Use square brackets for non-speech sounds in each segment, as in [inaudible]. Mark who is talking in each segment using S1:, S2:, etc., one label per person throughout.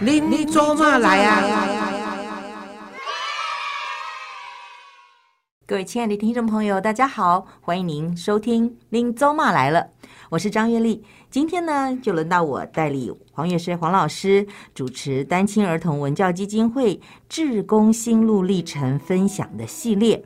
S1: 您您做嘛来啊？
S2: 各位亲爱的听众朋友，大家好，欢迎您收听《林走马来了》，我是张月丽。今天呢，就轮到我代理黄月水黄老师主持单亲儿童文教基金会志工心路历程分享的系列。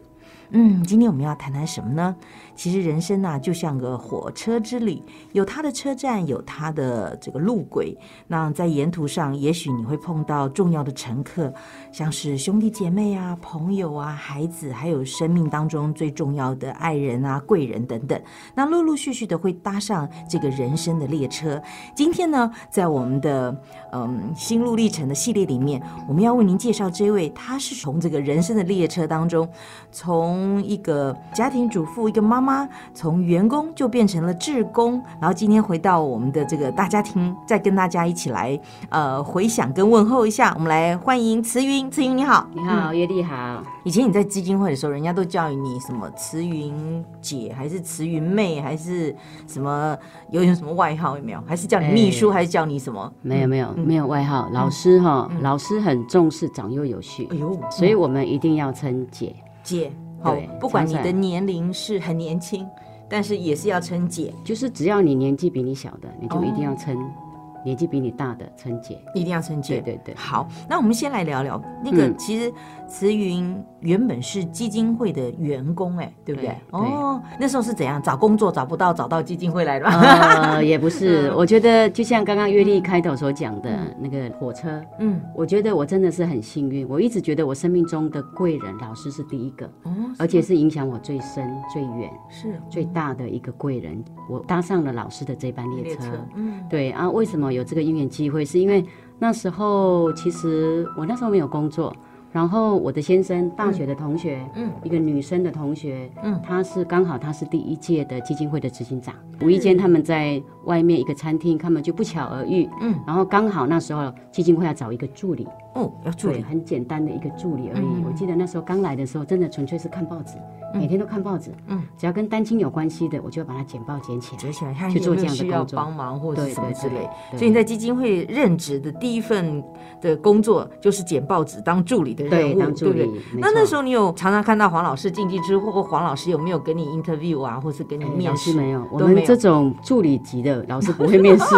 S2: 嗯，今天我们要谈谈什么呢？其实人生啊，就像个火车之旅，有它的车站，有它的这个路轨。那在沿途上，也许你会碰到重要的乘客，像是兄弟姐妹啊、朋友啊、孩子，还有生命当中最重要的爱人啊、贵人等等。那陆陆续续的会搭上这个人生的列车。今天呢，在我们的嗯心路历程的系列里面，我们要为您介绍这位，他是从这个人生的列车当中，从一个家庭主妇、一个妈妈，从员工就变成了志工，然后今天回到我们的这个大家庭，再跟大家一起来呃回想跟问候一下。我们来欢迎慈云，慈云你好。
S3: 你好，月丽好。
S2: 以前你在基金会的时候，人家都叫你什么慈云姐，还是慈云妹，还是什么有有什么外号有没有？还是叫你秘书，
S3: 哎
S2: 还是叫你什么？
S3: 没有没有没有外号，老师哈，老师很重视长幼有序
S2: 哎，呦，
S3: 嗯所以我们一定要称姐。
S2: 姐，好
S3: 对，
S2: 不管
S3: 常
S2: 你
S3: 在
S2: 的年龄是很年轻，但是也是要称姐，
S3: 就是只要你年纪比你小的，你就一定要称；年纪比你大的称姐。
S2: 一定要称姐。
S3: 对对嗯对，
S2: 好，那我们先来聊聊那个，
S3: 嗯
S2: 其实慈云原本是基金会的员工、哎，对不对？
S3: 对对
S2: 哦，那时候是怎样找工作找不到，找到基金会来的吗？
S3: 呃，也不是，我觉得就像刚刚月丽开头所讲的那个火车，
S2: 嗯，
S3: 我觉得我真的是很幸运，我一直觉得我生命中的贵人老师是第一个，
S2: 哦，
S3: 而且是影响我最深、最远、
S2: 是
S3: 最大的一个贵人。我搭上了老师的这班列车。
S2: 嗯，
S3: 对啊，为什么有这个姻缘机会？是因为那时候其实我那时候没有工作，然后我的先生大学的同学，
S2: 嗯
S3: 嗯，一个女生的同学，
S2: 嗯
S3: 嗯，她是刚好她是第一届的基金会的执行长，
S2: 嗯
S3: 无意间他们在外面一个餐厅，他们就不巧而遇，
S2: 嗯
S3: 嗯，然后刚好那时候基金会要找一个助理，
S2: 哦，要助
S3: 对，
S2: 理，
S3: 很简单的一个助理而
S2: 嗯
S3: 已。我记得那时候刚来的时候，真的纯粹是看报纸，每天都看报纸，
S2: 嗯
S3: 嗯，只要跟单亲有关系的，我就要把它简报捡起来
S2: 折。起来看
S3: 去
S2: 有
S3: 做
S2: 没有
S3: 这样的
S2: 需要
S3: 工作
S2: 帮忙或者
S3: 对
S2: 什么
S3: 对
S2: 之
S3: 对
S2: 类。
S3: 对
S2: 所以你在基金会任职的第一份的工作就是捡报纸当助理的任
S3: 对，
S2: 务，
S3: 当助
S2: 不
S3: 理
S2: 对？，
S3: 没
S2: 那那
S3: 错
S2: 时候你有常常看到黄老师进去之后，或黄老师有没有跟你 interview 啊，或是跟你
S3: 哎
S2: 面
S3: 老
S2: 试？
S3: 师没有，我
S2: 都没
S3: 们
S2: 有嗯
S3: 这种助理级的老师不会面
S2: [laughs]
S3: 试，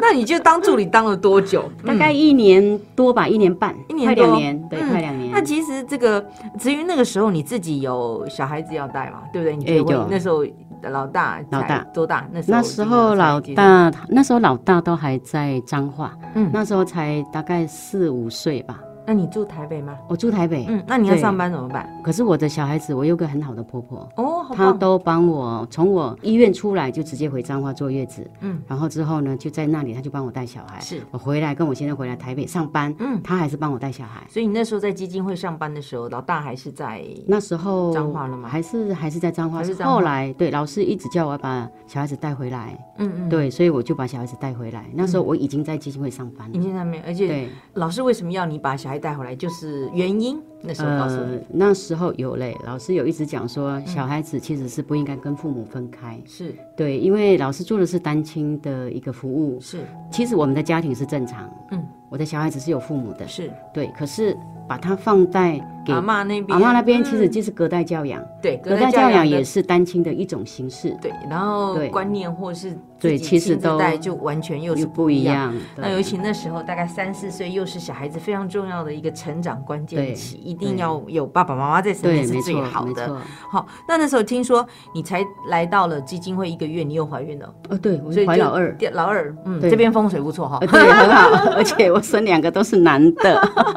S2: 那你就当助理当了多久？
S3: 大概一年多吧，一年半，
S2: 一年
S3: 快
S2: 多
S3: 两年，对，
S2: 嗯
S3: 快两年
S2: 那。其实这个子云那个时候你自己有小孩子要带嘛，对不对？你结
S3: 哎
S2: 婚
S3: 有
S2: 那时候老大才
S3: 老大
S2: 多大？那时候
S3: 那时候老
S2: 已经有
S3: 大，那时候老大都还在彰化，
S2: 嗯
S3: 那时候才大概四五岁吧。
S2: 在，那你住台北吗？
S3: 我住台北，
S2: 嗯，那你要
S3: 对
S2: 上班怎么办？
S3: 可是我的小孩子，我有个很好的婆婆，
S2: 哦，好
S3: 她
S2: 棒，
S3: 都帮我从我医院出来就直接回彰化坐月子，
S2: 嗯
S3: 嗯，然后之后呢就在那里，她就帮我带小孩。
S2: 是
S3: 我回来跟我先生回来台北上班，
S2: 嗯
S3: 嗯，她还是帮我带小孩。
S2: 所以你那时候在基金会上班的时候，老大还是在
S3: 那时候
S2: 彰化了吗
S3: 还是还是在彰化？
S2: 还是彰化
S3: 后来对老师一直叫我要把小孩子带回来，
S2: 嗯嗯，
S3: 对，所以我就把小孩子带回来。那时候我已经在基金会上班了，
S2: 嗯已经在那边，而且
S3: 对，
S2: 老师为什么要你把小孩带回来，就是原因。那时候告诉你、嗯
S3: 呃，那时候有嘞，老师有一直讲说，小孩子其实是不应该跟父母分开，
S2: 是
S3: 对，因为老师做的是单亲的一个服务，
S2: 是
S3: 其实我们的家庭是正常，
S2: 嗯，
S3: 我的小孩子是有父母的，
S2: 是，
S3: 对，可是把他放在给
S2: 阿妈啊那边，
S3: 阿妈那边，其实
S2: 嗯
S3: 就是隔代教养，
S2: 对
S3: 隔代教养
S2: 的
S3: 也是单亲的一种形式，
S2: 对，然后
S3: 对
S2: 观念或是自
S3: 对
S2: 己
S3: 其实
S2: 亲自
S3: 都
S2: 带就完全又是
S3: 又
S2: 不
S3: 不一
S2: 一样。
S3: 样。嗯
S2: 那尤其那时候大概三四岁，又是小孩子非常重要的一个成长关键
S3: 对
S2: 期，一定要有爸爸妈妈在身边
S3: 对，
S2: 是
S3: 没
S2: 最
S3: 错，
S2: 好
S3: 没
S2: 的。
S3: 错。
S2: 好，那那时候听说你才来到了基金会一个月，你又怀孕了，
S3: 哦，对，我
S2: 所以
S3: 是怀
S2: 就
S3: 老二，，
S2: 老二，嗯，
S3: 对
S2: 这边风水不错哈
S3: 呃。 [laughs] 对，很好，而且我生两个都是
S2: [laughs]
S3: 男的。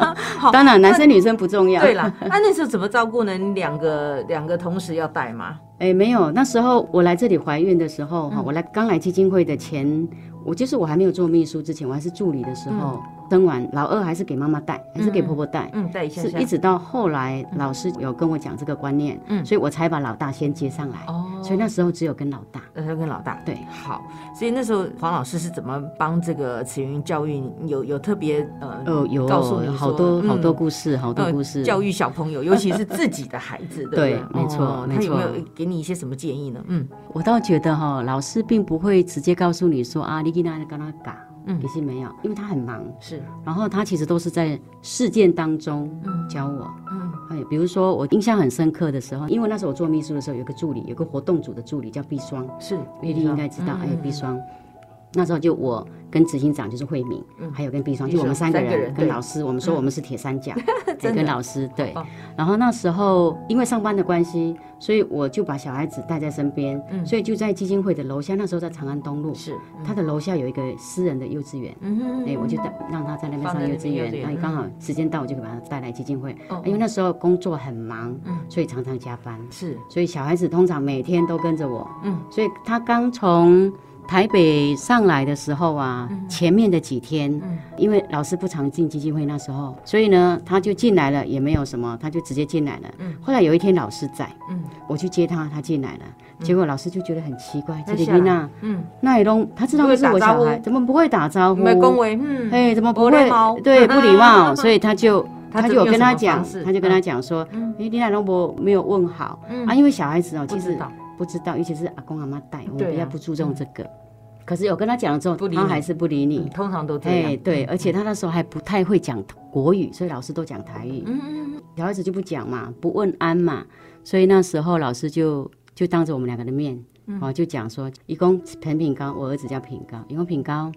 S3: 当然，男生女生不重要。
S2: 对，啦，那那时候怎么照顾呢？你两个两个同时要带吗？
S3: 哎，没有，那时候我来这里怀孕的时
S2: 嗯
S3: 候，哈，我来刚来基金会的前，我就是我还没有做秘书之前，我还是助理的时候，生完老二还是给妈妈带，还是给婆婆带。
S2: 嗯，带一下
S3: 是
S2: 下
S3: 一。直到后来，老师有跟我讲这个观念，
S2: 嗯
S3: 所以我才把老大先接上来，
S2: 哦
S3: 所以那时候只有跟老大。
S2: 那呃他跟老大
S3: 对
S2: 好，所以那时候黄老师是怎么帮这个慈云教育有有特别呃
S3: 哦，有
S2: 告诉你说
S3: 好多好多
S2: 嗯
S3: 故事，好多
S2: 呃
S3: 故事。
S2: 教育小朋友，尤其是自己的孩子，对不对
S3: 对？没错
S2: 哦
S3: 没
S2: 他有没
S3: 错
S2: 有给你一些什么建议呢？嗯，
S3: 我倒觉得哈、老师并不会直接告诉你说啊，你今天跟他嘎，
S2: 嗯
S3: 也是没有，因为他很忙。
S2: 是，
S3: 然后他其实都是在事件当中
S2: 嗯
S3: 教我。
S2: 嗯
S3: 哎，比如说我印象很深刻的时候，因为那时候我做秘书的时候，有个助理，有个活动组的助理叫毕双，
S2: 是，
S3: 玉丽应该知道，哎，
S2: 嗯
S3: 毕双。那时候就我跟执行长就是慧敏，还有跟毕双，
S2: 毕
S3: 就
S2: 双
S3: 我们三个
S2: 嗯三个
S3: 人
S2: 人
S3: 跟
S2: 对嗯
S3: 老师，我们说我们是铁
S2: [laughs]
S3: 三角，哎
S2: 真的
S3: 跟老师对
S2: 哦。
S3: 然后那时候因为上班的关系，所以我就把小孩子带在身边，所以就在基金会的楼下，那时候在长安东路，
S2: 嗯是，
S3: 他的楼下有一个私人的幼稚园，
S2: 嗯哼，
S3: 哎、我就带让他在那边
S2: 放在
S3: 上
S2: 那边
S3: 幼稚
S2: 幼
S3: 园
S2: 稚，园嗯
S3: 然后刚好时间到，我就给把他带来基金会。哎
S2: 哦嗯
S3: 因为那时候工作很忙，所以常常加班，
S2: 是，
S3: 所以小孩子通常每天都跟着我。
S2: 嗯，
S3: 所以他刚从台北上来的时候啊，
S2: 嗯
S3: 前面的几天，因为老师不常进基金会那时候，所以呢，他就进来了，也没有什么，他就直接进来了。嗯，后来有一天老师在，
S2: 嗯，
S3: 我去接他，他进来了，结果老师就觉得很奇怪，
S2: 那
S3: 这
S2: 下来
S3: 个娜，
S2: 嗯，
S3: 那也都他知道
S2: 不会
S3: 那是我
S2: 打招
S3: 小
S2: 呼
S3: 孩，怎么不会打招呼？
S2: 没恭维，嗯，
S3: 哦哎，怎么不
S2: 不礼
S3: 会
S2: 貌？嗯
S3: 对，不礼貌，所以他就
S2: [laughs] 他
S3: 他
S2: 就
S3: 就有
S2: 用
S3: 跟
S2: 什
S3: 他
S2: 么
S3: 讲
S2: 方式，
S3: 他就跟他讲说
S2: 嗯，
S3: 哎，你奶龙伯没有问好
S2: 嗯
S3: 啊，因为小孩子哦，
S2: 不
S3: 其
S2: 知
S3: 实
S2: 道，
S3: 不知道，尤其是阿公阿妈带，我
S2: 对
S3: 们比较
S2: 啊
S3: 不注重这个。可是有跟他讲了之后
S2: 不，理
S3: 他
S2: 你
S3: 还是不理你
S2: 嗯。通常都这
S3: 哎，
S2: 样，嗯
S3: 对，而且他那时候还不太会讲国语，所以老师都讲台语，
S2: 嗯嗯嗯，
S3: 小孩子就不讲嘛，不问安嘛，所以那时候老师就就当着我们两个的面，
S2: 嗯
S3: 哦，就讲说，一共平平高，我儿子叫平高，一共平高，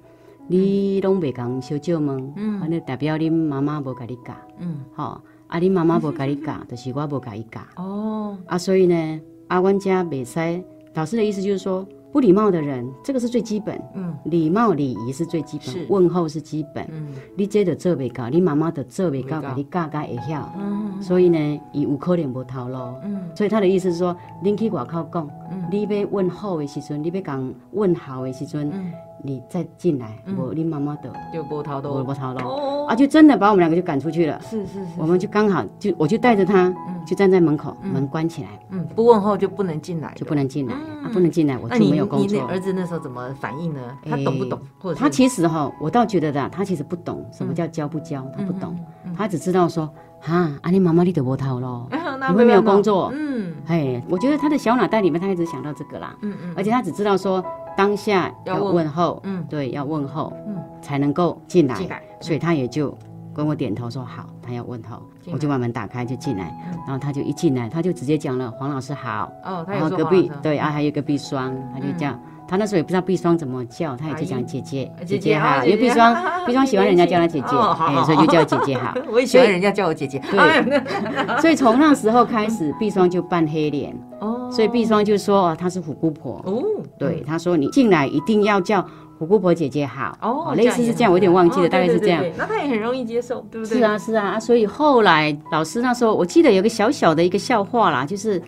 S3: 你拢袂讲小少问，嗯，尼代表恁妈妈无甲你教，
S2: 嗯，
S3: 吼、啊，恁妈妈无甲你
S2: [laughs]
S3: 教，就是我无甲伊教，
S2: 哦，
S3: 啊，所以呢，啊，阮家袂使，老师的意思就是说，不礼貌的人，这个是最基本，
S2: 嗯，
S3: 礼貌礼仪是最基
S2: 是
S3: 本，问候是基本，
S2: 嗯
S3: 你这都做袂到，你妈妈都做袂到，
S2: 袂到
S3: 甲你教甲会晓，
S2: 嗯
S3: 所以呢，伊有可能无头路。
S2: 嗯
S3: 所以他的意思是说，恁去外口讲，
S2: 嗯
S3: 你要问候的时阵，你要讲问好的时阵，
S2: 嗯，
S3: 你再进来，我恁妈妈的
S2: 就波涛
S3: 我
S2: 都，
S3: 无头路，
S2: 哦，
S3: 啊，就真的把我们两个就赶出去了。
S2: 是是是，
S3: 我们就刚好就我就带着他，就站在门口，门关起来
S2: 嗯，不问候就不能进来，
S3: 就不。能进来，啊，不能进来我
S2: 那
S3: 就
S2: 你
S3: 没有
S2: 你
S3: 工
S2: 那
S3: 作。
S2: 儿子那时候怎么反应呢？他
S3: 哎
S2: 懂不懂？或者
S3: 他
S2: 是
S3: 其实哈，我倒觉得的，他其实不懂什么叫
S2: 嗯
S3: 教不教，他不懂，他只知道说，哈，啊，你妈妈你得无头咯。
S2: 哎那
S3: 你
S2: 没
S3: 会没有
S2: 办法
S3: 工作
S2: 嗯
S3: 哎，我觉得他的小脑袋里面，他一直想到这个啦，
S2: 嗯嗯，
S3: 而且他只知道说当下
S2: 要
S3: 要
S2: 问
S3: 问候，
S2: 嗯
S3: 对，要问候，
S2: 嗯
S3: 才能够进来，
S2: 进来
S3: 所以他也就跟我点头说好，他要问候，
S2: 进来
S3: 我就把门打开就进来，然后他就一进来，他就直接讲了黄老师好，
S2: 哦，他
S3: 然
S2: 有
S3: 后
S2: 说
S3: 隔
S2: 话
S3: 壁
S2: 的
S3: 对啊，还有一个碧霜，他就叫、他那时候也不知道碧霜怎么叫，他也就
S2: 阿姨
S3: 讲姐姐
S2: 啊嗯姐姐啊
S3: 好，因为
S2: 姐姐
S3: 碧霜碧霜喜欢人家叫她姐姐，
S2: [laughs] 哦好好
S3: 哎，所以就叫姐姐好。
S2: [laughs] 我也喜欢人家叫我姐姐。
S3: 对
S2: 哎那
S3: 所以从那时候开始，碧霜就扮黑脸，
S2: [laughs] 哦
S3: 所以碧霜就说哦，她是虎姑婆，
S2: 哦，
S3: 对，他说你进来一定要叫虎姑婆姐姐好，
S2: 哦，
S3: 类似是这样，我有点忘记了，大概是这样
S2: 哦对对对。对那他也很容易接受，对不对？
S3: 是，啊，是啊，啊所以后来老师那时候，我记得有个小小的一个笑话啦，就是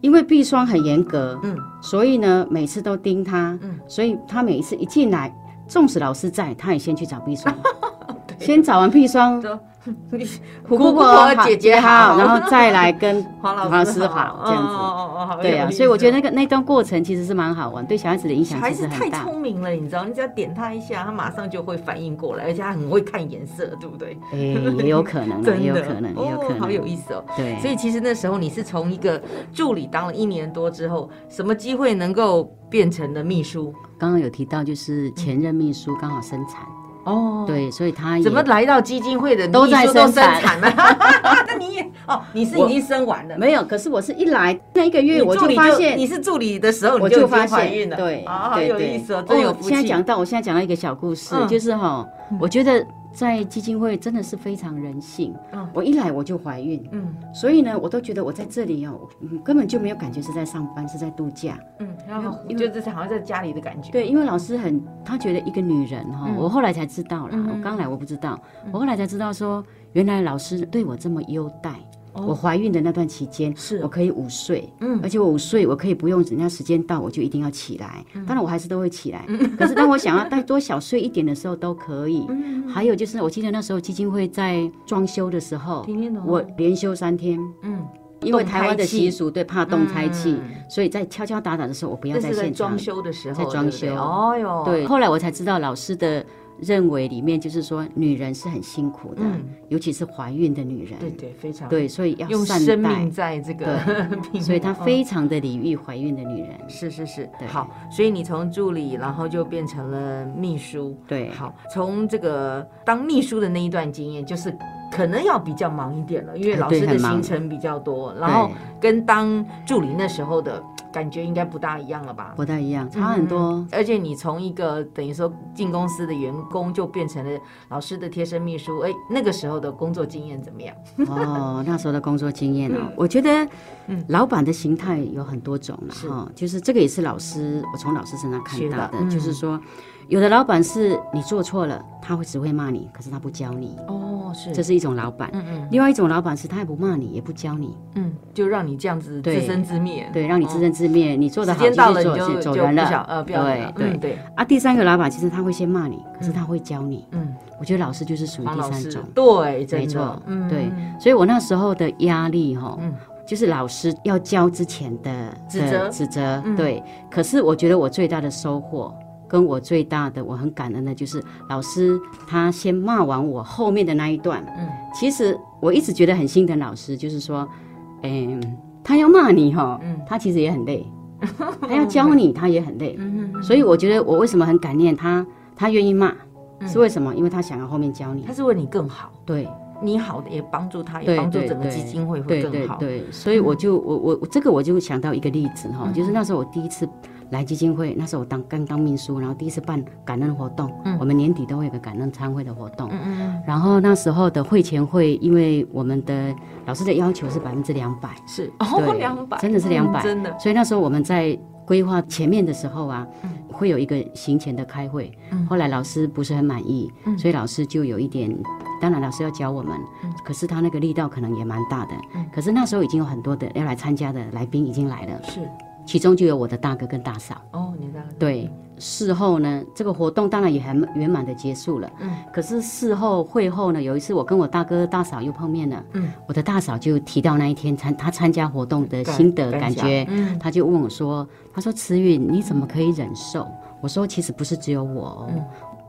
S3: 因为碧霜很严格，
S2: 嗯，
S3: 所以呢每次都盯他，嗯，所以他每一次一进来，纵使老师在，他也先去找
S2: [laughs]
S3: 碧霜，先找完碧霜，
S2: 虎姑
S3: 虎姑
S2: 婆
S3: 婆
S2: 姐姐好
S3: 好，然后再来跟
S2: [laughs] 黄老师
S3: 老师
S2: 好
S3: 好，这样
S2: 哦
S3: 子。
S2: 哦哦哦，好
S3: 对
S2: 有
S3: 啊，
S2: 意思
S3: 所以我觉得那个那段过程其实是蛮好玩，对小孩子的影响
S2: 孩
S3: 其
S2: 子
S3: 实
S2: 太
S3: 很大。
S2: 聪明了，你知道，你只要点他一下，他马上就会反应过来，而且他很会看颜色，对不对？，
S3: 哎，也有可能啊，
S2: [laughs]
S3: 也
S2: 真
S3: 有
S2: 的，
S3: 可能，也有可
S2: 哦，
S3: 能，
S2: 好有意思哦。
S3: 对，
S2: 所以其实那时候你是从一个助理当了一年多之后，什么机会能够变成了秘书？
S3: 刚刚有提到，就是前任秘书刚好生产，
S2: 哦，
S3: 对，所以他也
S2: 怎么来到基金会的
S3: 都在
S2: 你说都生
S3: 生产
S2: 产
S3: [laughs]
S2: 了？那你也哦，你是已经生完了，
S3: 没有？可是我是一来那一个
S2: 你
S3: 月，我
S2: 助
S3: 就
S2: 理
S3: 发现
S2: 你。是助理的时候，你
S3: 我
S2: 就已经
S3: 发
S2: 怀
S3: 现
S2: 孕了，
S3: 对，
S2: 啊，好
S3: 对
S2: 有
S3: 对
S2: 意思哦，真
S3: 哦
S2: 有福
S3: 现在
S2: 气
S3: 讲。到，我现在讲到一个小故事
S2: 嗯，
S3: 就是哈，我觉得在基金会真的是非常人性
S2: 嗯。
S3: 我一来我就怀孕，
S2: 嗯
S3: 所以呢，我都觉得我在这里哦，嗯根本就没有感觉是在上班，是在度假。
S2: 嗯，然后就是好像在家里的感觉，
S3: 对，因为老师很，他觉得一个女人哈、
S2: 嗯
S3: 我后来才知道啦，我刚来我不知道，我后来才知道说，原来老师对我这么优待。我怀孕的那段期间，
S2: 哦是
S3: 我可以午睡，嗯，而且我午睡，我可以不用人家时间到我就一定要起来，
S2: 嗯
S3: 当然我还是都会起来，可是当我想要再多小睡一点的时候都可以。
S2: 嗯
S3: 还有就是，我记得那时候基金会在装修的时候
S2: 天天都，
S3: 我连休三天，
S2: 嗯，
S3: 因为
S2: 动
S3: 台
S2: 哦胎
S3: 湾的
S2: 气
S3: 习俗对怕动胎气
S2: 嗯，
S3: 所以在敲敲打打的时候，我不要
S2: 这
S3: 在
S2: 是在
S3: 现场
S2: 装。修的时候，
S3: 在装
S2: 对不对
S3: 修
S2: 哦哟，
S3: 对，后来我才知道老师的认为里面就是说，女人是很辛苦的，
S2: 嗯
S3: 尤其是怀孕的女人，
S2: 对对，非常
S3: 对，所以要
S2: 用
S3: 善
S2: 生
S3: 待
S2: 命，在这个 [laughs] 拼搏，
S3: 所以她
S2: 嗯
S3: 非常的礼遇怀孕的女人，
S2: 是是是，
S3: 对
S2: 好，所以你从助理，然后就变成了秘书，
S3: 对
S2: 好，从这个当秘书的那一段经验，就是可能要比较忙一点了，因为
S3: 哎
S2: 老
S3: 对
S2: 师的
S3: 很忙
S2: 行程比较多，然后
S3: 对
S2: 跟当助理那时候的感觉应该不大一样了吧？
S3: 不太一样，差很多
S2: 嗯，而且你从一个等于说进公司的员工，就变成了老师的贴身秘书，哎，那个时候的工作经验怎么样？ [laughs]
S3: 哦。那时候的工作经验
S2: 嗯
S3: 哦，我觉得，老板的形态有很多种了
S2: 是
S3: 哈，就是这个也是老师，我从老师身上看
S2: 学
S3: 到
S2: 到
S3: 的，
S2: 嗯
S3: 就是说，有的老板是你做错了，他会只会骂你，可是他不教你，
S2: 哦，是
S3: 这是一种老板。
S2: 嗯嗯
S3: 另外一种老板是他也不骂你，也不教你，
S2: 嗯，就让你这样子自
S3: 对
S2: 生自灭，
S3: 对，让你自生自灭，你做得
S2: 嗯时
S3: 好
S2: 间到
S3: 继
S2: 了
S3: 续
S2: 你
S3: 做，
S2: 就
S3: 走
S2: 就
S3: 人
S2: 不
S3: 了，
S2: 想呃不要
S3: 对
S2: 了，
S3: 对、
S2: 嗯对，
S3: 啊，第三个老板其实他会先骂你，可是他会教你。
S2: 嗯，
S3: 我觉得老师就是属于
S2: 黄
S3: 第
S2: 老
S3: 三
S2: 师
S3: 种，，
S2: 对，真的
S3: 没错，
S2: 嗯，
S3: 对。所以我那时候的压力哈、
S2: 嗯
S3: 就是老师要教之前的
S2: 指
S3: 的
S2: 责嗯
S3: 指责，对。可是我觉得我最大的收获。跟我最大的我很感恩的就是老师，他先骂完我后面的那一段，
S2: 嗯，
S3: 其实我一直觉得很心疼老师，就是说，嗯，他要骂你哈、
S2: 嗯
S3: 他其实也很
S2: [laughs]
S3: 累，他要教你，他也很累，
S2: 嗯，
S3: 所以我觉得我为什么很感念他，他愿意骂，是为什么？因为他想要后面教你
S2: 嗯他，是为你更好，
S3: 对，
S2: 你好的也帮助他，也
S3: 对
S2: 帮助
S3: 对
S2: 整个基
S3: 对
S2: 金会会
S3: 对
S2: 更
S3: 对
S2: 好，嗯
S3: 对，所以我就我我我这个我就想到一个例子哈，就是那时候我第一次来基金会，那时候我当刚当秘书，然后第一次办感恩活动，我们年底都会有个感恩参会的活动，
S2: 嗯
S3: 然后那时候的会前会，因为我们的老师的要求是百分之两百，
S2: 是哦，
S3: 对
S2: 两百，
S3: 真的是
S2: 嗯
S3: 200
S2: 真的，
S3: 所以那时候我们在规划前面的时候啊，会有一个行前的开会。后来老师不是很满意，所以老师就有一点，当然老师要教我们，可是他那个力道可能也蛮大的。可是那时候已经有很多的要来参加的来宾已经来了，
S2: 是
S3: 其中就有我的大哥跟大嫂。
S2: 哦，你的
S3: 对，事后呢，这个活动当然也很圆满的结束了。
S2: 嗯，
S3: 可是事后会后呢，有一次我跟我大哥大嫂又碰面了。
S2: 嗯，
S3: 我的大嫂就提到那一天参她参加活动的心得感觉，
S2: 嗯
S3: 她就问我说：“她说慈云，你怎么可以忍受？”我说：“其实不是只有我哦，
S2: 嗯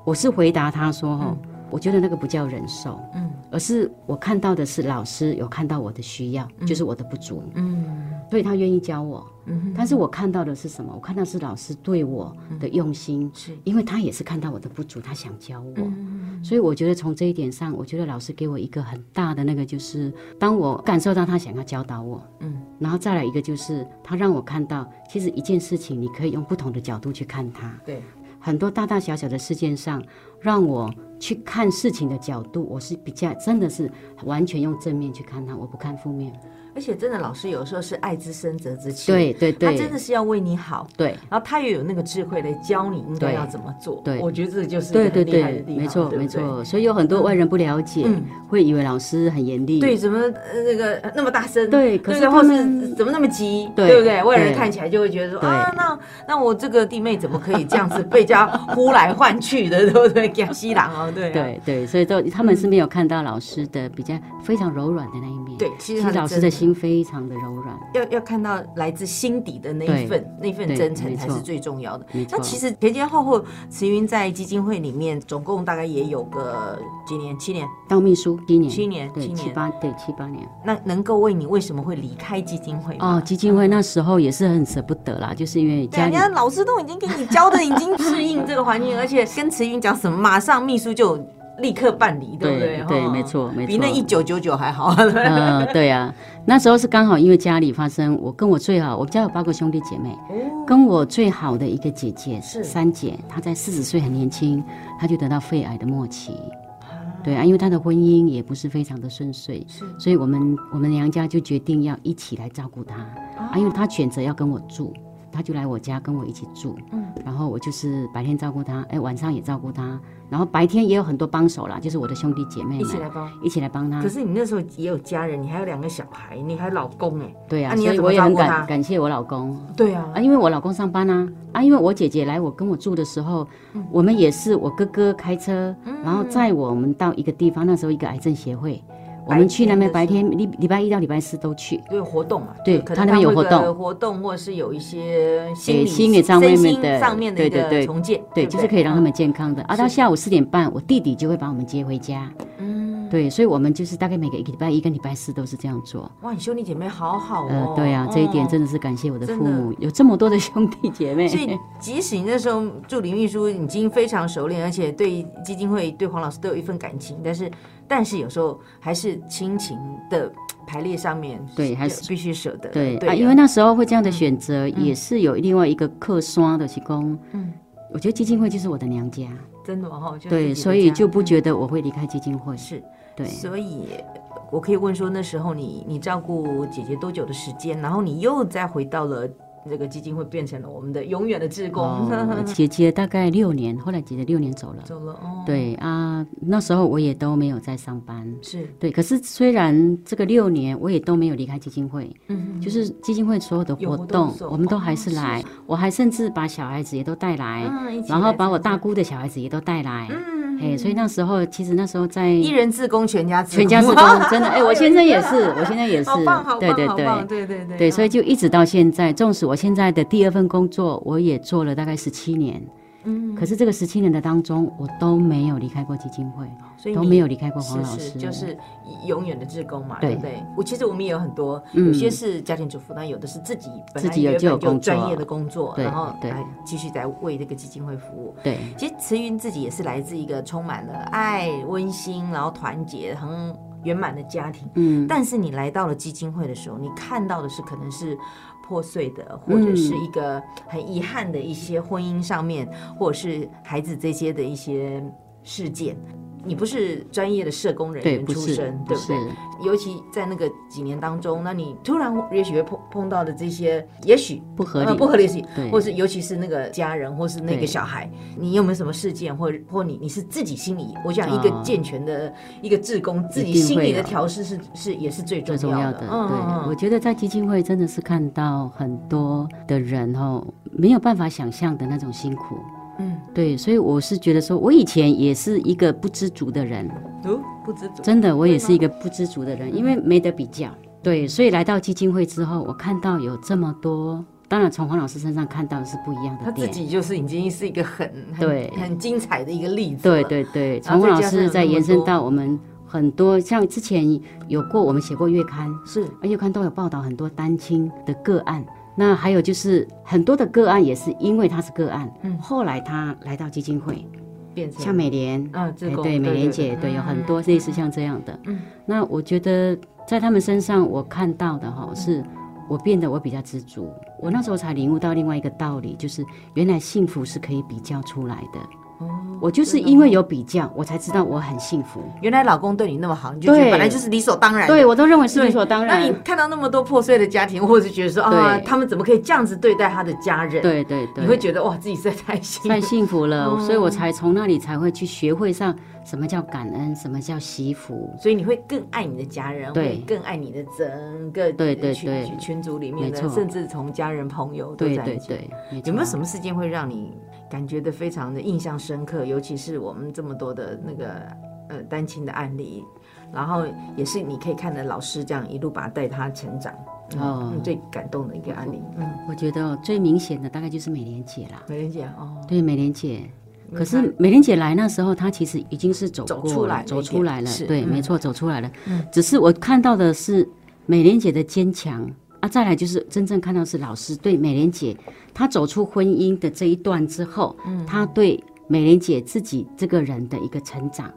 S3: 我是回答她说哦。我觉得那个不叫忍受，
S2: 嗯，
S3: 而是我看到的是老师有看到我的需要，就是我的不足，
S2: 嗯
S3: 所以他愿意教我。
S2: 嗯
S3: 但是我看到的是什么？我看到是老师对我的用心，
S2: 是
S3: 因为他也是看到我的不足，他想教我。
S2: 嗯
S3: 所以我觉得从这一点上，我觉得老师给我一个很大的那个，就是当我感受到他想要教导我，
S2: 嗯，
S3: 然后再来一个就是他让我看到，其实一件事情你可以用不同的角度去看它。
S2: 对，
S3: 很多大大小小的事件上，让我去看事情的角度，我是比较真的是完全用正面去看它，我不看负面。
S2: 而且真的老师有时候是爱之深责之切，，
S3: 对对
S2: 他
S3: 对，
S2: 真的是要为你好。
S3: 对。
S2: 然后他也有那个智慧来教你应该
S3: 对
S2: 要怎么做，
S3: 对
S2: 我觉得这个就是一
S3: 对
S2: 个
S3: 对
S2: 很厉害的
S3: 对
S2: 地，方，
S3: 没错
S2: 对不
S3: 没
S2: 对
S3: 错，所以有很多外人不了解，
S2: 嗯
S3: 会以为老师很严厉。
S2: 对，怎么呃那个呃那么大声？
S3: 对可是
S2: 对不对
S3: 他
S2: 或
S3: 们
S2: 是怎么那么急？
S3: 对
S2: 不对？外人
S3: 对
S2: 看起来就会觉得说
S3: 对
S2: 啊，那那我这个弟妹怎么可以这样子被人家呼来唤去的，对 [laughs] 不对？江西郎哦，对啊嗯
S3: 对对，所以都他们是没有看到老师的比较非常柔软的那一面。
S2: 对，，其
S3: 其
S2: 实
S3: 实
S2: 他是
S3: 老师
S2: 真
S3: 的心非常的柔软，
S2: 要要看到来自心底的那一份那份
S3: 对
S2: 真诚
S3: 没
S2: 才
S3: 错
S2: 是最重要的。
S3: 没
S2: 那
S3: 错。
S2: 其实前前后后，慈云在基金会里面总共大概也有个几年，七年。
S3: 当秘书七年，
S2: 七年
S3: 对
S2: 七
S3: 七
S2: 年
S3: 八对七八年。
S2: 那能够为你为什么会离开基金会吗
S3: 哦，基金会那时候也是很舍不得啦，就是因为
S2: 对啊，人
S3: 家里
S2: 家老师都已经给你教的，已经适应这个环
S3: [laughs]
S2: 境，而且跟慈云讲什么，马上秘书就立刻办理，对不对？
S3: 对
S2: 哈
S3: 没错没错
S2: 比那一九九九还
S3: [laughs]
S2: 好。
S3: 呃，对啊，那时候是刚好因为家里发生，我跟我最好，我家有八个兄弟姐妹，跟我最好的一个姐姐
S2: 是
S3: 三姐，她在四十岁很年轻，她就得到肺癌的末期。对啊，因为她的婚姻也不是非常的顺遂，所以我们我们娘家就决定要一起来照顾她
S2: 哦
S3: 啊，因为她选择要跟我住。她就来我家跟我一起住，嗯，然后我就是白天照顾她，哎，晚上也照顾她，然后白天也有很多帮手啦，就是我的兄弟姐妹们
S2: 一起来帮。
S3: 一起来帮她。
S2: 可是你那时候也有家人，你还有两个小孩，你还有老公哎。
S3: 对呀、
S2: 啊你要
S3: 所以
S2: 怎么
S3: 我也
S2: 照
S3: 很
S2: 顾他
S3: 感感谢我老公
S2: 对啊
S3: 啊，，因为我老公上班啊啊，因为我姐姐来我跟我住的时候，
S2: 嗯
S3: 我们也是我哥哥开车，然后载我们到一个地方，那时候一个癌症协会，我们去那边白
S2: 白天
S3: 天礼礼拜一到礼拜四都去，
S2: 有活动嘛？
S3: 对
S2: 就可能
S3: 他那边有活动
S2: 会个活动，或者是有一些
S3: 诶
S2: 心理
S3: 心理上面的
S2: 身心上面的一
S3: 对对
S2: 个
S3: 对
S2: 重建，
S3: 对，
S2: 不
S3: 就是可以让他们健康的啊。到
S2: 是
S3: 下午四点半，我弟弟就会把我们接回家，
S2: 嗯，
S3: 对，所以我们就是大概每个礼拜一跟礼拜四都是这样做。
S2: 哇，你兄弟姐妹好好
S3: 呃
S2: 哦，，
S3: 对啊，这一点
S2: 哦
S3: 真的是感谢我的
S2: 真
S3: 父
S2: 的
S3: 母，有这么多的兄弟姐 [laughs] 妹。
S2: 所以，即使你那时候助理秘书已经非常熟练，而且对基金会、对黄老师都有一份感情，但是，但是有时候还是亲情的排列上面，
S3: 对还是
S2: 必须舍得。
S3: 对
S2: 的
S3: 啊，因为那时候会这样
S2: 嗯
S3: 的选择，也是有另外一个客刷的是工。
S2: 嗯
S3: 嗯，我觉得基金会就是我的娘家，
S2: 真的哈，就是自己
S3: 对，
S2: 的
S3: 所以
S2: 家
S3: 就不觉得我会离开基金会。
S2: 是，
S3: 对，
S2: 所以。我可以问说，那时候你你照顾姐姐多久的时间？然后你又再回到了这个基金会，变成了我们的永远的志工，
S3: 哦，
S2: [laughs]
S3: 姐姐大概六年，后来姐姐六年走了。
S2: 走了哦。，
S3: 对啊，那时候我也都没有在上班。
S2: 是，
S3: 对，可是虽然这个六年我也都没有离开基金会，
S2: 嗯，
S3: 就是基金会所有的
S2: 有
S3: 活
S2: 活动
S3: 动
S2: 的时候
S3: 我们都还是
S2: 哦
S3: 来，我还甚至把小孩子也都带来，
S2: 嗯一起
S3: 然后
S2: 来
S3: 把我
S2: 参加
S3: 大姑的小孩子也都带来，
S2: 嗯，
S3: 哎，所以那时候其实那时候在
S2: 一人自工，全家自
S3: 全家
S2: 工 [laughs]
S3: 是工，真的，哎、我先生也是，我先生也是
S2: 好棒，好，棒，
S3: 对对
S2: 好棒
S3: 对。
S2: 对对对
S3: 对，所以
S2: 以
S3: 就一直到现在，纵使我现在的第二份工作，我也做了大概十七年，
S2: 嗯，
S3: 可是这个十七年的当中，我都没有离开过基金会，
S2: 所以
S3: 都没
S2: 有。
S3: 有离开过黄
S2: 是
S3: 老
S2: 是，
S3: 师，
S2: 就是永远的志工嘛，
S3: 对
S2: 对不对？我其实我们也有很多，
S3: 嗯
S2: 有些是家庭主妇，那有的是自己本来
S3: 自己有
S2: 原
S3: 就有
S2: 本就
S3: 工作
S2: 专业的工作，
S3: 对
S2: 然后
S3: 对
S2: 来继续在为这个基金会服务。
S3: 对
S2: 其实慈云自己也是来自一个充满了爱、温馨，然后团结、很圆满的家庭。
S3: 嗯，
S2: 但是你来到了基金会的时候，你看到的是可能是破碎的，或者是一个很遗憾的一些婚姻上面，或者是孩子这些的一些事件。你不是专业的社工人
S3: 对，
S2: 员
S3: 不
S2: 出
S3: 是
S2: 身，对
S3: 不
S2: 不
S3: 是
S2: 对？，尤其在那个几年当中，那你突然也许会碰碰到的这些，也许
S3: 不合
S2: 呃
S3: 理，
S2: 不合理性，
S3: 对
S2: 或是尤其是那个家人，或是那个
S3: 对
S2: 小孩，你有没有什么事件，或或你你是自己心里，我想一个
S3: 啊
S2: 健全的、一个志工，自己
S3: 一定
S2: 心
S3: 会
S2: 里的
S3: 有
S2: 调试是是也是最重
S3: 最重
S2: 要
S3: 要
S2: 的。
S3: 的。
S2: 嗯
S3: 对，我
S2: 嗯
S3: 觉得在基金会真的是看到很多的人哦，没有办法想象的那种辛苦。
S2: 嗯，
S3: 对，所以我是觉得说，我以前也是一个不知足的人，
S2: 嗯，哦，不知足，
S3: 真的，我也是一个不知足的
S2: 嗯
S3: 人，因为没得比较。对，所以来到基金会之后，我看到有这么多，当然从黄老师身上看到的是不一样
S2: 他
S3: 的
S2: 自
S3: 点。
S2: 己就是已经是一个很
S3: 对
S2: 很很精彩的一个例子了。
S3: 对对对，
S2: 然后再
S3: 从黄老
S2: 加上有
S3: 师再
S2: 那么
S3: 延伸
S2: 多
S3: 到我们很多，像之前有过我们写过月刊，
S2: 是
S3: 而且看都有报道很多单亲的个案。那还有就是很多的个案也是因为他是个案，
S2: 嗯
S3: 后来他来到基金会，
S2: 变成
S3: 像美莲，
S2: 啊，志
S3: 哎
S2: 工
S3: 对，美莲姐，对，有很
S2: 嗯
S3: 多类似像这样的。嗯，那我觉得在他们身上我看到的哈、是我变得我比较知足。我那时候才领悟到另外一个道理，就是原来幸福是可以比较出来的。
S2: 哦
S3: 我就是因为有比较，我才知道我很幸福。
S2: 原来老公对你那么好，你就觉得
S3: 对
S2: 本来就是理所当然的。
S3: 对我都认为是理所当
S2: 那
S3: 然
S2: 你。看到那么多破碎的家庭，或者觉得说啊，
S3: 对
S2: 他们怎么可以这样子对待他的家人？
S3: 对对对，
S2: 你会觉得哇，自己实在太幸哦
S3: 太
S2: 运。
S3: 幸福了，所以我才从那里才会去学会上什么叫感恩，什么叫惜福。
S2: 所以你会更爱你的家人，
S3: 对
S2: 会更爱你的整个呃
S3: 对对
S2: 群
S3: 对
S2: 群群组里面
S3: 没
S2: 的，
S3: 错
S2: 甚至从家人朋友都
S3: 对
S2: 在
S3: 对
S2: 一起。
S3: 对，
S2: 有没有什
S3: 么？
S2: 么事件会让你感觉的非常的印象深刻？尤其是我们这么多的那个呃单亲的案例，然后也是你可以看着老师这样一路把他带他成长，嗯
S3: 哦
S2: 嗯最感动的一个案例。嗯，
S3: 我觉得最明显的大概就是美莲姐啦。
S2: 美玲姐哦，
S3: 对，美莲姐。
S2: 因为
S3: 可是美莲姐来那时候，她其实已经是走
S2: 走
S3: 过
S2: 出
S3: 了
S2: 来了
S3: 走
S2: 一
S3: 出
S2: 点
S3: 来了
S2: 是。
S3: 对，
S2: 嗯
S3: 没错，走出来了。只是我看到的是美莲姐的坚强啊，再来就是真正看到是老师对美莲姐，她走出婚姻的这一段之后，
S2: 嗯
S3: 她对美莲姐自己这个人的一个成长，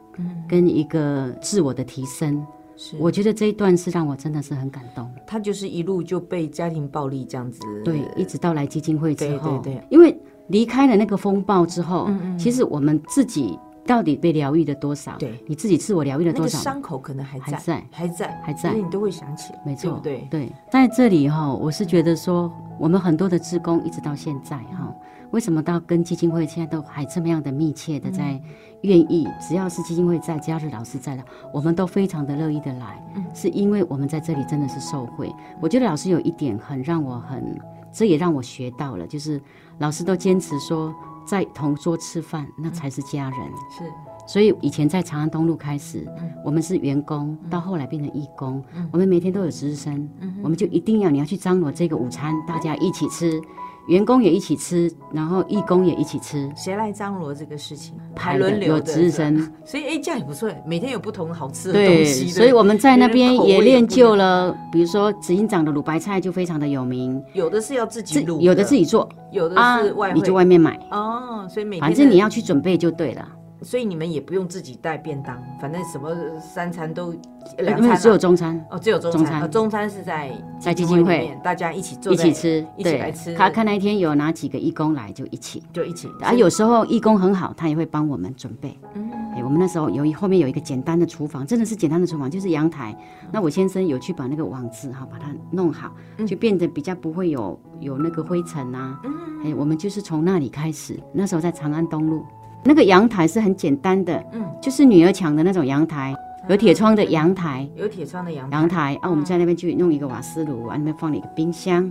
S3: 跟一个自我的提升，
S2: 嗯是
S3: 我觉得这一段是让我真的是很感动。
S2: 他就是一路就被家庭暴力这样子，
S3: 对，一直到来基金会之
S2: 对
S3: 后，
S2: 对对嗯
S3: 因为离开了那个风暴之后，其实我们自己到底被疗愈了多少？
S2: 对
S3: 你自己自我疗愈了
S2: 那
S3: 多
S2: 个
S3: 少？
S2: 伤口可能还
S3: 还
S2: 在，
S3: 在
S2: 还在，
S3: 还在
S2: 所以你都会想起来，
S3: 没错，
S2: 对不对？
S3: 在这里哈、我是觉得说，我们很多的职工一直到现在哈、为什么到跟基金会现在都还这么样的密切的在愿意？
S2: 嗯
S3: 只要是基金会在，只要是老师在的，我们都非常的乐意的来，
S2: 嗯
S3: 是因为我们在这里真的是受惠。我觉得老师有一点很让我很，这也让我学到了，就是老师都坚持说。在同桌吃饭，那才是家人。
S2: 是
S3: 所以以前在长安东路开始，
S2: 嗯
S3: 我们是员工，到后来变成义工，我们每天都有值日生，
S2: 嗯
S3: 我们就一定要你要去张罗这个午餐，大家一起吃，员工也一起吃，然后义工也一起吃，
S2: 谁来张罗这个事情？
S3: 排的有值日，生，
S2: 所以哎，这样也不错，每天有不同好吃的东
S3: 对，
S2: 西。
S3: 所以我们在那边也练就
S2: 了，
S3: 了，比如说执行长的卤白菜就非常的有名，
S2: 有的是要自己
S3: 自
S2: 卤，
S3: 有的自，己做
S2: 有的
S3: 啊
S2: 是外，汇
S3: 你就外面买，
S2: 哦，所以每天
S3: 反正
S2: 的
S3: 你要去准备就对了。
S2: 所以你们也不用自己带便当，反正什么三餐都两
S3: 因
S2: 餐
S3: 为
S2: 啊
S3: 只有中餐
S2: 哦，只有中
S3: 中
S2: 餐，
S3: 餐
S2: 呃中餐是在
S3: 在基
S2: 金
S3: 金
S2: 会里
S3: 会
S2: 面，大家一起坐
S3: 一
S2: 在
S3: 起吃，
S2: 一起
S3: 对
S2: 来吃
S3: 他看那一天有哪几个义工来就一起，
S2: 就一起
S3: 啊，有时候义工很好，他也会帮我们准备。
S2: 嗯
S3: 哎，我们那时候有一后面有一个简单的厨房，真的是简单的厨房，就是阳台。那我先生有去把那个网子哈，把它弄好，就变得比较不会有有那个灰尘啊。哎，我们就是从那里开始，那时候在长安东路，那个阳台是很简单的，就是女儿墙的那种阳台，
S2: 嗯
S3: 有铁窗的阳台。
S2: 有铁窗的阳台，
S3: 阳台啊，我们在那边去弄一个瓦斯炉，啊，那边放了一个冰箱，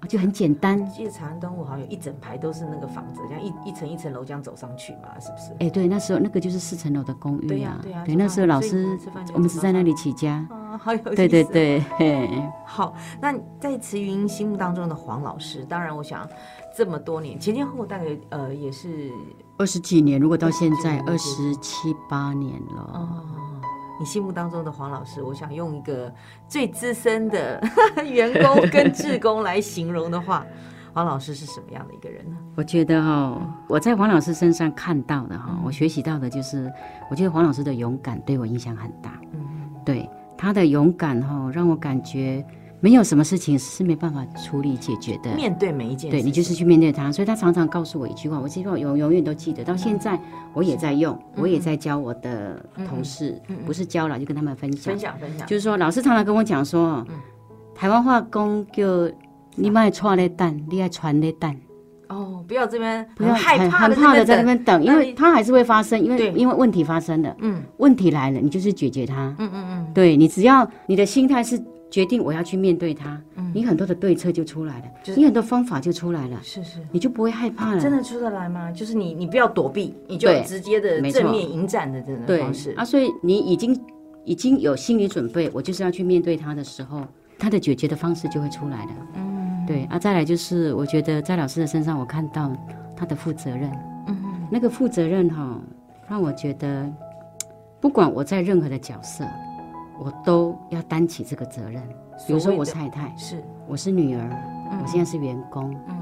S3: 啊，就很简单。
S2: 记得长安东路好像有一整排都是那个房子，这样一一层一层楼这样走上去嘛，是不是？
S3: 哎、对，那时候那个就是四层楼的公
S2: 对
S3: 寓
S2: 呀
S3: 啊，
S2: 对呀
S3: 对，
S2: 就
S3: 那时候老
S2: 所以你们
S3: 师
S2: 吃饭就
S3: 我们
S2: 走
S3: 是
S2: 到
S3: 在那
S2: 上
S3: 里起家，
S2: 啊，好有意思。哦
S3: 对对。对，嘿，
S2: 好，那在慈云心目当中的黄老师，当然我想这么多年前前后后大概呃也是
S3: 二十几年，如果到现在
S2: 二
S3: 二
S2: 十几
S3: 十七八年了，
S2: 哦，你心目当中的黄老师，我想用一个最资深的 [laughs] 员工
S3: [laughs]
S2: 跟志工来形容的话，黄老师是什么样的一个人呢？
S3: 我觉得哈、我在黄老师身上看到的哈、
S2: 嗯
S3: 我学习到的就是，我觉得黄老师的勇敢对我影响很大，
S2: 嗯，
S3: 对他的勇敢哈、让我感觉没有什么事情是没办法处理解决的，
S2: 面对每一件事情，
S3: 对你就是去面对它。所以他常常告诉我一句话，我这句话永永远都记得，到
S2: 嗯
S3: 现在我也在用，我也在教我的同事，不是教了就跟他们分享
S2: 嗯分。享分嗯享，
S3: 就是说，老师常常跟我讲说，台湾话讲叫你卖踹咧蛋，你爱传咧蛋，
S2: 哦，不要这边
S3: 不要
S2: 很害
S3: 很
S2: 怕
S3: 很
S2: 的
S3: 怕的在
S2: 等，
S3: 那边等，因
S2: 那
S3: 为
S2: 你
S3: 它还是会发生，因
S2: 对
S3: 为因为问题发生了，
S2: 嗯
S3: 问题来了，你就是解决它。
S2: 嗯嗯
S3: 对你只要你的心态是决定我要去面对它，你很多的对策就出来了，
S2: 嗯就是
S3: 你很多方法就出来了
S2: 嗯，，是是。
S3: 你就不会害怕了。
S2: 啊真的出得来吗？就是你，你不要躲避，你就
S3: 嗯对
S2: 直接的
S3: 没错
S2: 正面迎战的这种
S3: 对
S2: 方式。
S3: 啊，所以你已经已经有心理准备，我就是要去面对它的时候，它的解决的方式就会出来了。嗯，对啊，再来就是我觉得在老师的身上，我看到他的负责任，嗯，那个负责任哈、让我觉得不管我在任何的角色，我都要担起这个责任。比如
S2: 所
S3: 说
S2: 谓
S3: 我
S2: 的
S3: 是太太，
S2: 是，
S3: 我是女儿，我现在是员工，嗯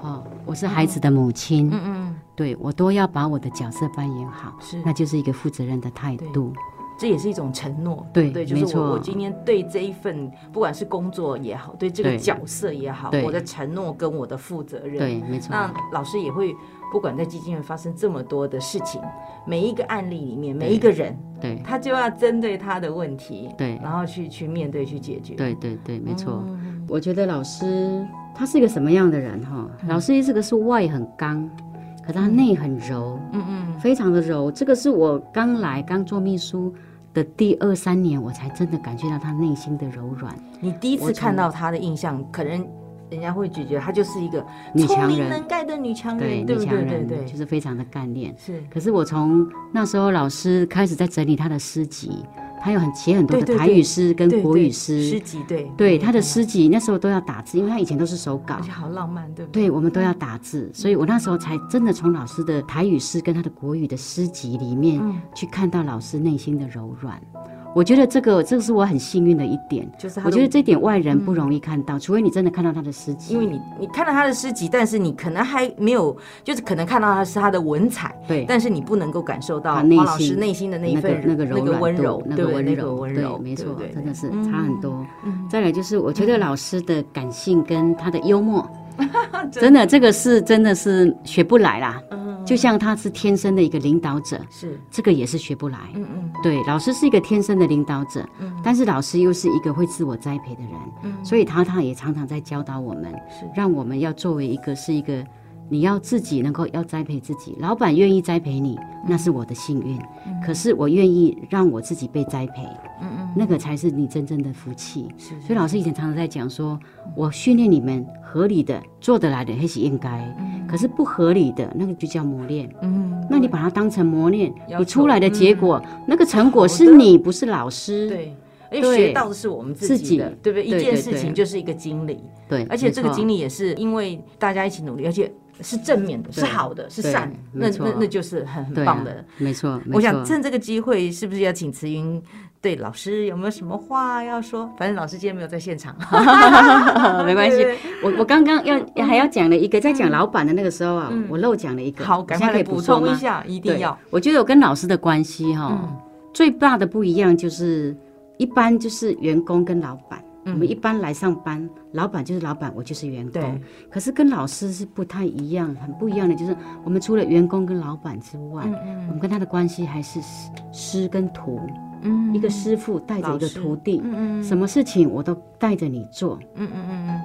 S3: 哦，我是孩子的母亲，
S2: 嗯嗯，
S3: 对我都要把我的角色扮演好，
S2: 是
S3: 那就是一个负责任的态度。
S2: 这也是一种承诺，
S3: 对
S2: 不对，
S3: 没
S2: 就是我
S3: 错
S2: 我今天对这一份，不管是工作也好，对这个
S3: 对
S2: 角色也好，
S3: 对
S2: 我的承诺跟我的负责任，
S3: 对，没错。
S2: 那老师也会，不管在基金会发生这么多的事情，每一个案例里面，每一个人，
S3: 对
S2: 他就要针对他的问题，
S3: 对
S2: 然后去去面对、去解决。，
S3: 对对对，没错。
S2: 嗯
S3: 我觉得老师他是一个什么样的人哈？
S2: 嗯
S3: 老师这个是外很刚，可他内很柔，嗯嗯，非常的柔。这个是我刚来刚做秘书的第二三年，我才真的感觉到他内心的柔软。
S2: 你第一次
S3: 我
S2: 看到他的印象，可能人家会觉得他就是一个
S3: 女
S2: 聪
S3: 强
S2: 明
S3: 人
S2: 能干的女强人，对
S3: 女
S2: 不
S3: 强
S2: 对？对
S3: 人
S2: 对，
S3: 就是非常的干练。
S2: 是。
S3: 可是我从那时候老师开始在整理他的诗集，他有很写很多
S2: 对对
S3: 的
S2: 对
S3: 台语诗跟
S2: 对
S3: 国
S2: 对
S3: 语诗
S2: 诗，集，对
S3: 对他的，
S2: 我有看
S3: 诗集那时候都要打字，因为他以前都是手稿
S2: 到而。且好浪漫，对不对？
S3: 对，我们都要打字，所以我那时候才真的从老师的台语诗跟他的国语的诗集里面、
S2: 嗯
S3: 去看到老师内心的柔软。我觉得这个，这是我很幸运的一点，
S2: 就是他的嗯
S3: 我觉得这点外人不容易看到，除非你真的看到他的诗集。
S2: 因为你你看到他的诗集，但是你可能还没有，就是可能看到他是他的文采，
S3: 对
S2: 但是你不能够感受到
S3: 他
S2: 黄
S3: 内
S2: 老师
S3: 心
S2: 内心的那一
S3: 那个
S2: 份
S3: 那个柔软度
S2: 温柔，
S3: 那
S2: 对
S3: 个
S2: 不对
S3: 温
S2: 那
S3: 柔，
S2: 个温柔，
S3: 对，没错
S2: 对不，对嗯
S3: 真的是差很多。再来就是，我觉得老师的感性跟他的
S2: [laughs]
S3: 幽默，真的这个是真的是学不来啦。
S2: 嗯
S3: 就像他是天生的一个领导者，
S2: 是，
S3: 这个也是学不来。
S2: 嗯嗯，
S3: 对，老师是一个天生的领导者，但是老师又是一个会自我栽培的人，
S2: 嗯
S3: 所以他他也常常在教导我们，让我们要作为一个是一个，你要自己能够要栽培自己，老板愿意栽培
S2: 嗯
S3: 你，那是我的幸运，可是我愿意让我自己被栽培，
S2: 嗯
S3: 那个才是你真正的福气。所以老师以前常常在讲说，我训练你们合理的、做得来的，还是应该，可是不合理的那个就叫磨练。
S2: 嗯，
S3: 那你把它当成磨练，
S2: 要
S3: 你
S2: 求
S3: 出来的结果，那个成
S2: 好
S3: 果是
S2: 的
S3: 你，不是老师。
S2: 对，而且
S3: 对
S2: 学到的是我们自己的，
S3: 自己
S2: 对不对？一
S3: 对
S2: 件
S3: 对
S2: 事情
S3: 对
S2: 就是一个经历，
S3: 对，
S2: 而且这个
S3: 没错
S2: 经历也是因为大家一起努力，而且是正面的，是
S3: 对
S2: 好的，是
S3: 对
S2: 善的，那
S3: 没错
S2: 那那就是很很
S3: 对啊
S2: 棒的。
S3: 没错，没
S2: 我想
S3: 错
S2: 趁这个机会，是不是要请慈云对老师有没有什么话要说？反正老师今天没有在现场，
S3: [laughs]
S2: [laughs]
S3: 没关系
S2: 对对。
S3: 我我刚刚
S2: [laughs]
S3: 要
S2: 嗯
S3: 还要讲了一个，在讲老板的那个时候啊，我漏讲了一个，
S2: 好，
S3: 我
S2: 赶
S3: 现
S2: 快
S3: 在可
S2: 来
S3: 以
S2: 补
S3: 充
S2: 充一
S3: 吗。
S2: 下，一定
S3: 对
S2: 要。，嗯
S3: 我觉得我跟老师的关系哈、最大的不一样就是，一般就是员工跟老板。
S2: 嗯
S3: 我们一般来上班，老板就是老板，我就是员
S2: 对
S3: 工。可是跟老师是不太一样，很不一样的就是，我们除了员工跟老板之外，我们跟他的关系还是师师跟徒。
S2: 嗯
S3: 一个师傅带着一
S2: 老
S3: 个
S2: 师
S3: 徒弟，
S2: 嗯
S3: 什么事情我都带着你做，
S2: 嗯嗯嗯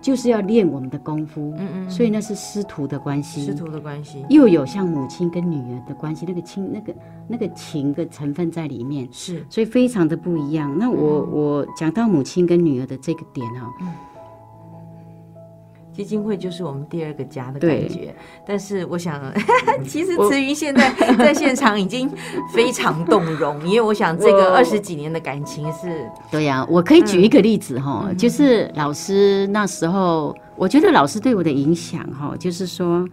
S3: 就是要练我们的功夫。
S2: 嗯嗯，
S3: 所以那是师徒的关系，
S2: 师徒的关系
S3: 又有像母亲跟女儿的关系，那个亲、那个那个情的成分在里面，
S2: 是
S3: 所以非常的不一样。那我、
S2: 嗯
S3: 我讲到母亲跟女儿的这个点哦哈、
S2: 基金会就是我们第二个家的
S3: 对
S2: 感觉。但是我
S3: [laughs]
S2: 想，其实慈云现在在现场已经非常动容，因为我想这个
S3: 我
S2: 二十几年的感情是
S3: 对呀、我可以举一个例子哈、
S2: 嗯
S3: 就是老师那时候，我觉得老师对我的影响哈，就是说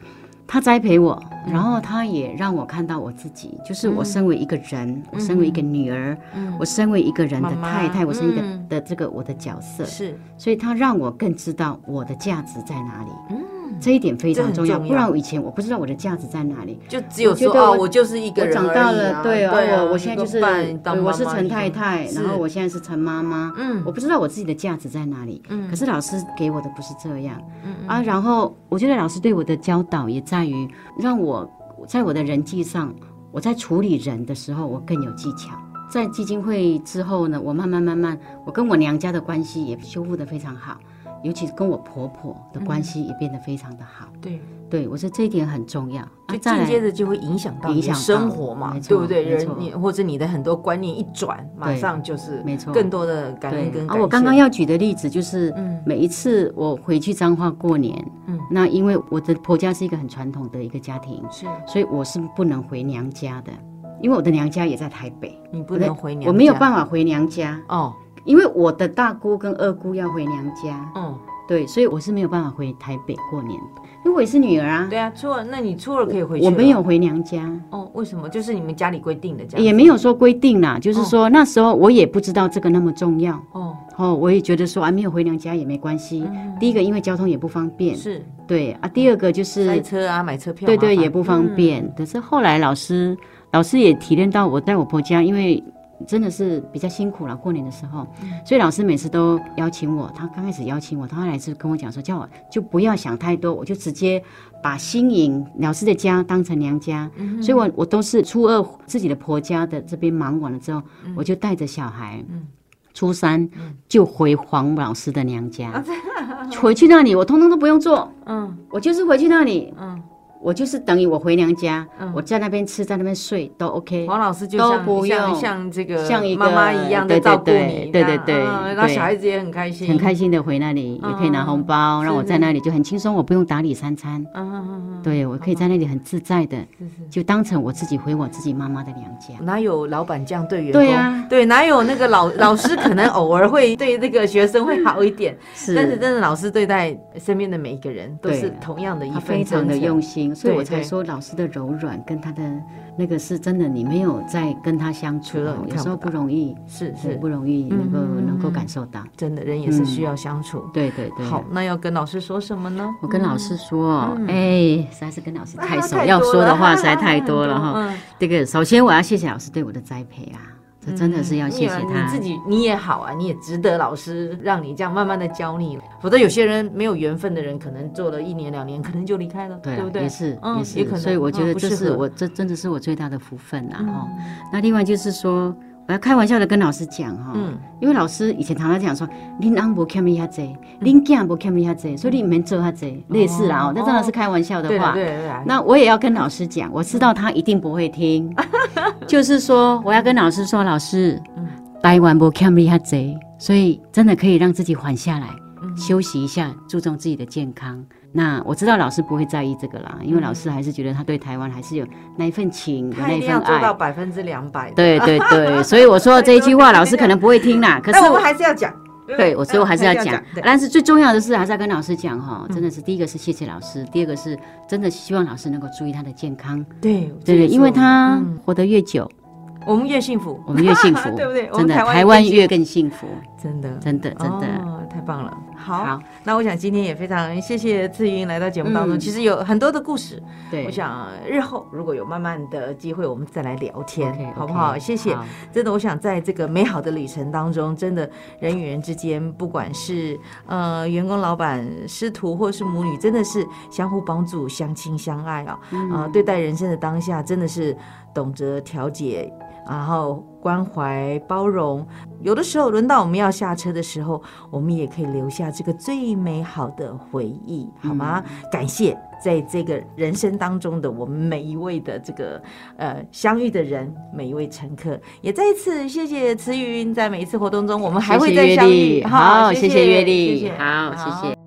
S3: 他栽培我，
S2: 嗯
S3: 然后他也让我看到我自己，就是我身为一个人，我身为一个女儿，我身为一个人的
S2: 嗯妈妈
S3: 太太，我身为一个、
S2: 嗯
S3: 的这个我的角色，
S2: 是
S3: 所以他让我更知道我的价值在哪里。嗯，这一点非常重要，
S2: 这很重要
S3: 不然我以前我不知道我的价值在哪里。
S2: 就只有说
S3: 我觉得
S2: 哦，
S3: 我
S2: 我就是一个
S3: 我
S2: 人
S3: 长
S2: 而已
S3: 大
S2: 啊
S3: 了，
S2: 对
S3: 啊，
S2: 啊
S3: 我我现在就是
S2: 一个伴当
S3: 对我
S2: 妈
S3: 是
S2: 妈
S3: 陈
S2: 一个
S3: 太太，
S2: 是
S3: 然后我现在是陈妈妈，
S2: 嗯
S3: 我不知道我自己的价值在哪里，可是老师给我的不是这样，
S2: 嗯
S3: 啊，然后我觉得老师对我的教导也在于让我在我的人际上，我在处理人的时候，我更有技巧。在基金会之后呢，我慢慢慢慢，我跟我娘家的关系也修复的非常好，尤其跟我婆婆的
S2: 嗯
S3: 关系也变得非常的好。
S2: 对，
S3: 对我说这一点很重要。啊
S2: 就
S3: 再来
S2: 间接的就会影响到你
S3: 影
S2: 的
S3: 响到
S2: 生活嘛
S3: 没，
S2: 对
S3: 错
S2: 不对？
S3: 没
S2: 人
S3: 错
S2: 你或者你的很多观念一转，马
S3: 对
S2: 上就是
S3: 没错
S2: 更多的感
S3: 对
S2: 恩跟
S3: 啊，
S2: 感
S3: 我刚
S2: 谢嗯
S3: 刚要举的例子就是，每一次我回去彰化过年，嗯，那因为我的婆家是一个很传统的一个家庭，
S2: 是
S3: 所以我是不能回娘家的，因为我的娘家也在台北，
S2: 你不
S3: 我的
S2: 能回娘
S3: 我没有
S2: 家
S3: 办法回娘家，
S2: 哦，
S3: 因为我的大姑跟二姑要回娘家，
S2: 嗯，
S3: 对，所以我是没有办法回台北过年的，因为我也是女儿啊，
S2: 对啊，初二那你初二可以回去，
S3: 我没。有回娘家。
S2: 哦，为什么？就是你们家里规定的这样。
S3: 也没有说规定啦，就是说那时候我也不知道这个那么重要，
S2: 哦，
S3: 哦，我也觉得说啊，没有回娘家也没关系。
S2: 嗯
S3: 第一个，因为交通也不方便，
S2: 是
S3: 对啊。第二个就
S2: 塞
S3: 是，
S2: 车啊，买车票
S3: 对
S2: 麻烦嗯
S3: 对，也不方便。可是后来老师，老师也体谅到我在我婆家，因为真的是比较辛苦了，过年的时候，
S2: 嗯
S3: 所以老师每次都邀请我。他刚开始邀请我，他后来是跟我讲说，叫我就不要想太多，我就直接把新营老师的家当成娘家。
S2: 嗯
S3: 所以我我都是初二自己的婆家的这边忙完了之后，我就带着小孩。初三就回黄老师的娘家，回去那里我通通都不用做，嗯，我就是回去那里，嗯，我就是等于我回娘家，我在那边吃，在那边睡都 OK，
S2: 黄老师就
S3: 都
S2: 像
S3: 不
S2: 像
S3: 用
S2: 像这个
S3: 像一
S2: 妈
S3: 个
S2: 妈一样在
S3: 对对
S2: 照顾你
S3: 对
S2: 这
S3: 对
S2: 样，
S3: 对对
S2: 嗯那
S3: 对
S2: 小孩子也很开心，
S3: 很开心的回那里，也可以拿红包，让我在那里就很轻松，我不用打理三餐，
S2: 嗯。嗯嗯嗯，
S3: 对我可以在那里很自在的，就当成我自己回我自己妈妈的娘家。
S2: 哪有老板这样对员工？
S3: 对啊
S2: 对哪有那个老 [laughs] 老师可能偶尔会对那个学生会好一点，
S3: 是
S2: 但是真的老师对待身边的每一个人都
S3: 对啊
S2: 是同样的一
S3: 他
S2: 份
S3: 非常的
S2: 真诚
S3: 用心，所以
S2: 对
S3: 我才
S2: 对
S3: 说老师的柔软跟他的那个是真的，你没有在跟他相处
S2: 除了
S3: 哦，
S2: 你
S3: 有
S2: 看
S3: 时候
S2: 不到
S3: 不容易，
S2: 是嗯
S3: 对
S2: 是
S3: 不容易能够能够感受到。
S2: 真的人也是需要相处。
S3: 对嗯对对。
S2: 好，，那要跟老师说什么呢？
S3: 我跟老师说，哎，实在是跟老师太熟，
S2: 啊太多
S3: 要说的
S2: 了
S3: 话实在
S2: [laughs]
S3: 太多了
S2: 嗯
S3: 哈。这个首先我要谢谢老师对我的栽培啊，这真的是要谢谢
S2: 嗯你
S3: 他
S2: 你自。己你也好啊，你也值得老师让你这样慢慢的教你，否则有些人没有缘分的人，可能做了一年两年，可能就离开了，对
S3: 对啊
S2: 不对？
S3: 也是
S2: 嗯也
S3: 也
S2: 可
S3: 是，
S2: 能
S3: 所以我觉
S2: 嗯
S3: 得
S2: 不
S3: 这
S2: 适
S3: 是
S2: 合嗯
S3: 我这真的是我最大的福分啦哈。那另外就是说，我要开玩笑的跟老师讲哈，
S2: 嗯
S3: 因为老师以前常常讲说，您昂不欠你遐济，
S2: 嗯
S3: 您囝不欠你遐济，所以你免做遐济，类似啦哦，那当然是开玩笑的
S2: 对
S3: 话
S2: 啊，。对啊对啊，
S3: 那我也要跟老师讲，我知道他一定不
S2: [laughs]
S3: 会听，就是说我要跟老师说，老师，
S2: 嗯
S3: 台湾不欠你遐
S2: 嗯
S3: 济，所以真的可以让自己缓下来，休息一下，注重自己的健康。那我知道老师不会在意这个啦，因为老师还是觉得他对台湾还是有那一份情，有
S2: 他
S3: 那
S2: 一
S3: 一
S2: 定
S3: 份
S2: 要做到
S3: 爱。
S2: 百分之两百。，
S3: 对对
S2: [laughs]
S3: 对，所以我说这一句话，老师可能不会听啦。可是
S2: 但我们还是要讲。嗯
S3: 对，我所以我还是要
S2: 还是要
S3: 讲
S2: 讲对，嗯
S3: 但是最重要的是还是要跟老师讲哈，真的是第一个是谢谢老师，第二个是真的希望老师能够注意他的健康，
S2: 对
S3: 对不对？因为他
S2: 嗯
S3: 活得越
S2: [laughs]
S3: 久，
S2: 我们越幸福，
S3: 我们越幸福，
S2: 对不对？我
S3: 真
S2: 们
S3: 的，
S2: 台
S3: 台
S2: 湾
S3: 湾
S2: 越
S3: 越更幸福，
S2: 真的
S3: 真的真的。
S2: 哦，太棒了。好，
S3: 好，
S2: 那我想今天也非常谢谢志云来到节目当中，
S3: 嗯
S2: 其实有很多的故事，
S3: 对
S2: 我想日后如果有慢慢的机会，我们再来聊天
S3: OK，OK，
S2: 好不好？谢谢。真的，我想在这个美好的旅程当中，真的人与人之间，不管是呃员工、老板、师徒或是母女，真的是相互帮助、相亲相爱啊！啊、对待人生的当下，真的是懂得调节，然后关怀、包容。有的时候，轮到我们要下车的时候，我们也可以留下这个最美好的回忆，好吗？感谢在这个人生当中的我们每一位的这个呃相遇的人，每一位乘客，也再一次谢谢慈云，在每一次活动中，我们还会再相
S3: 谢谢
S2: 遇。
S3: 月丽好，
S2: 谢
S3: 谢谢月
S2: 丽，
S3: 丽，好，谢谢。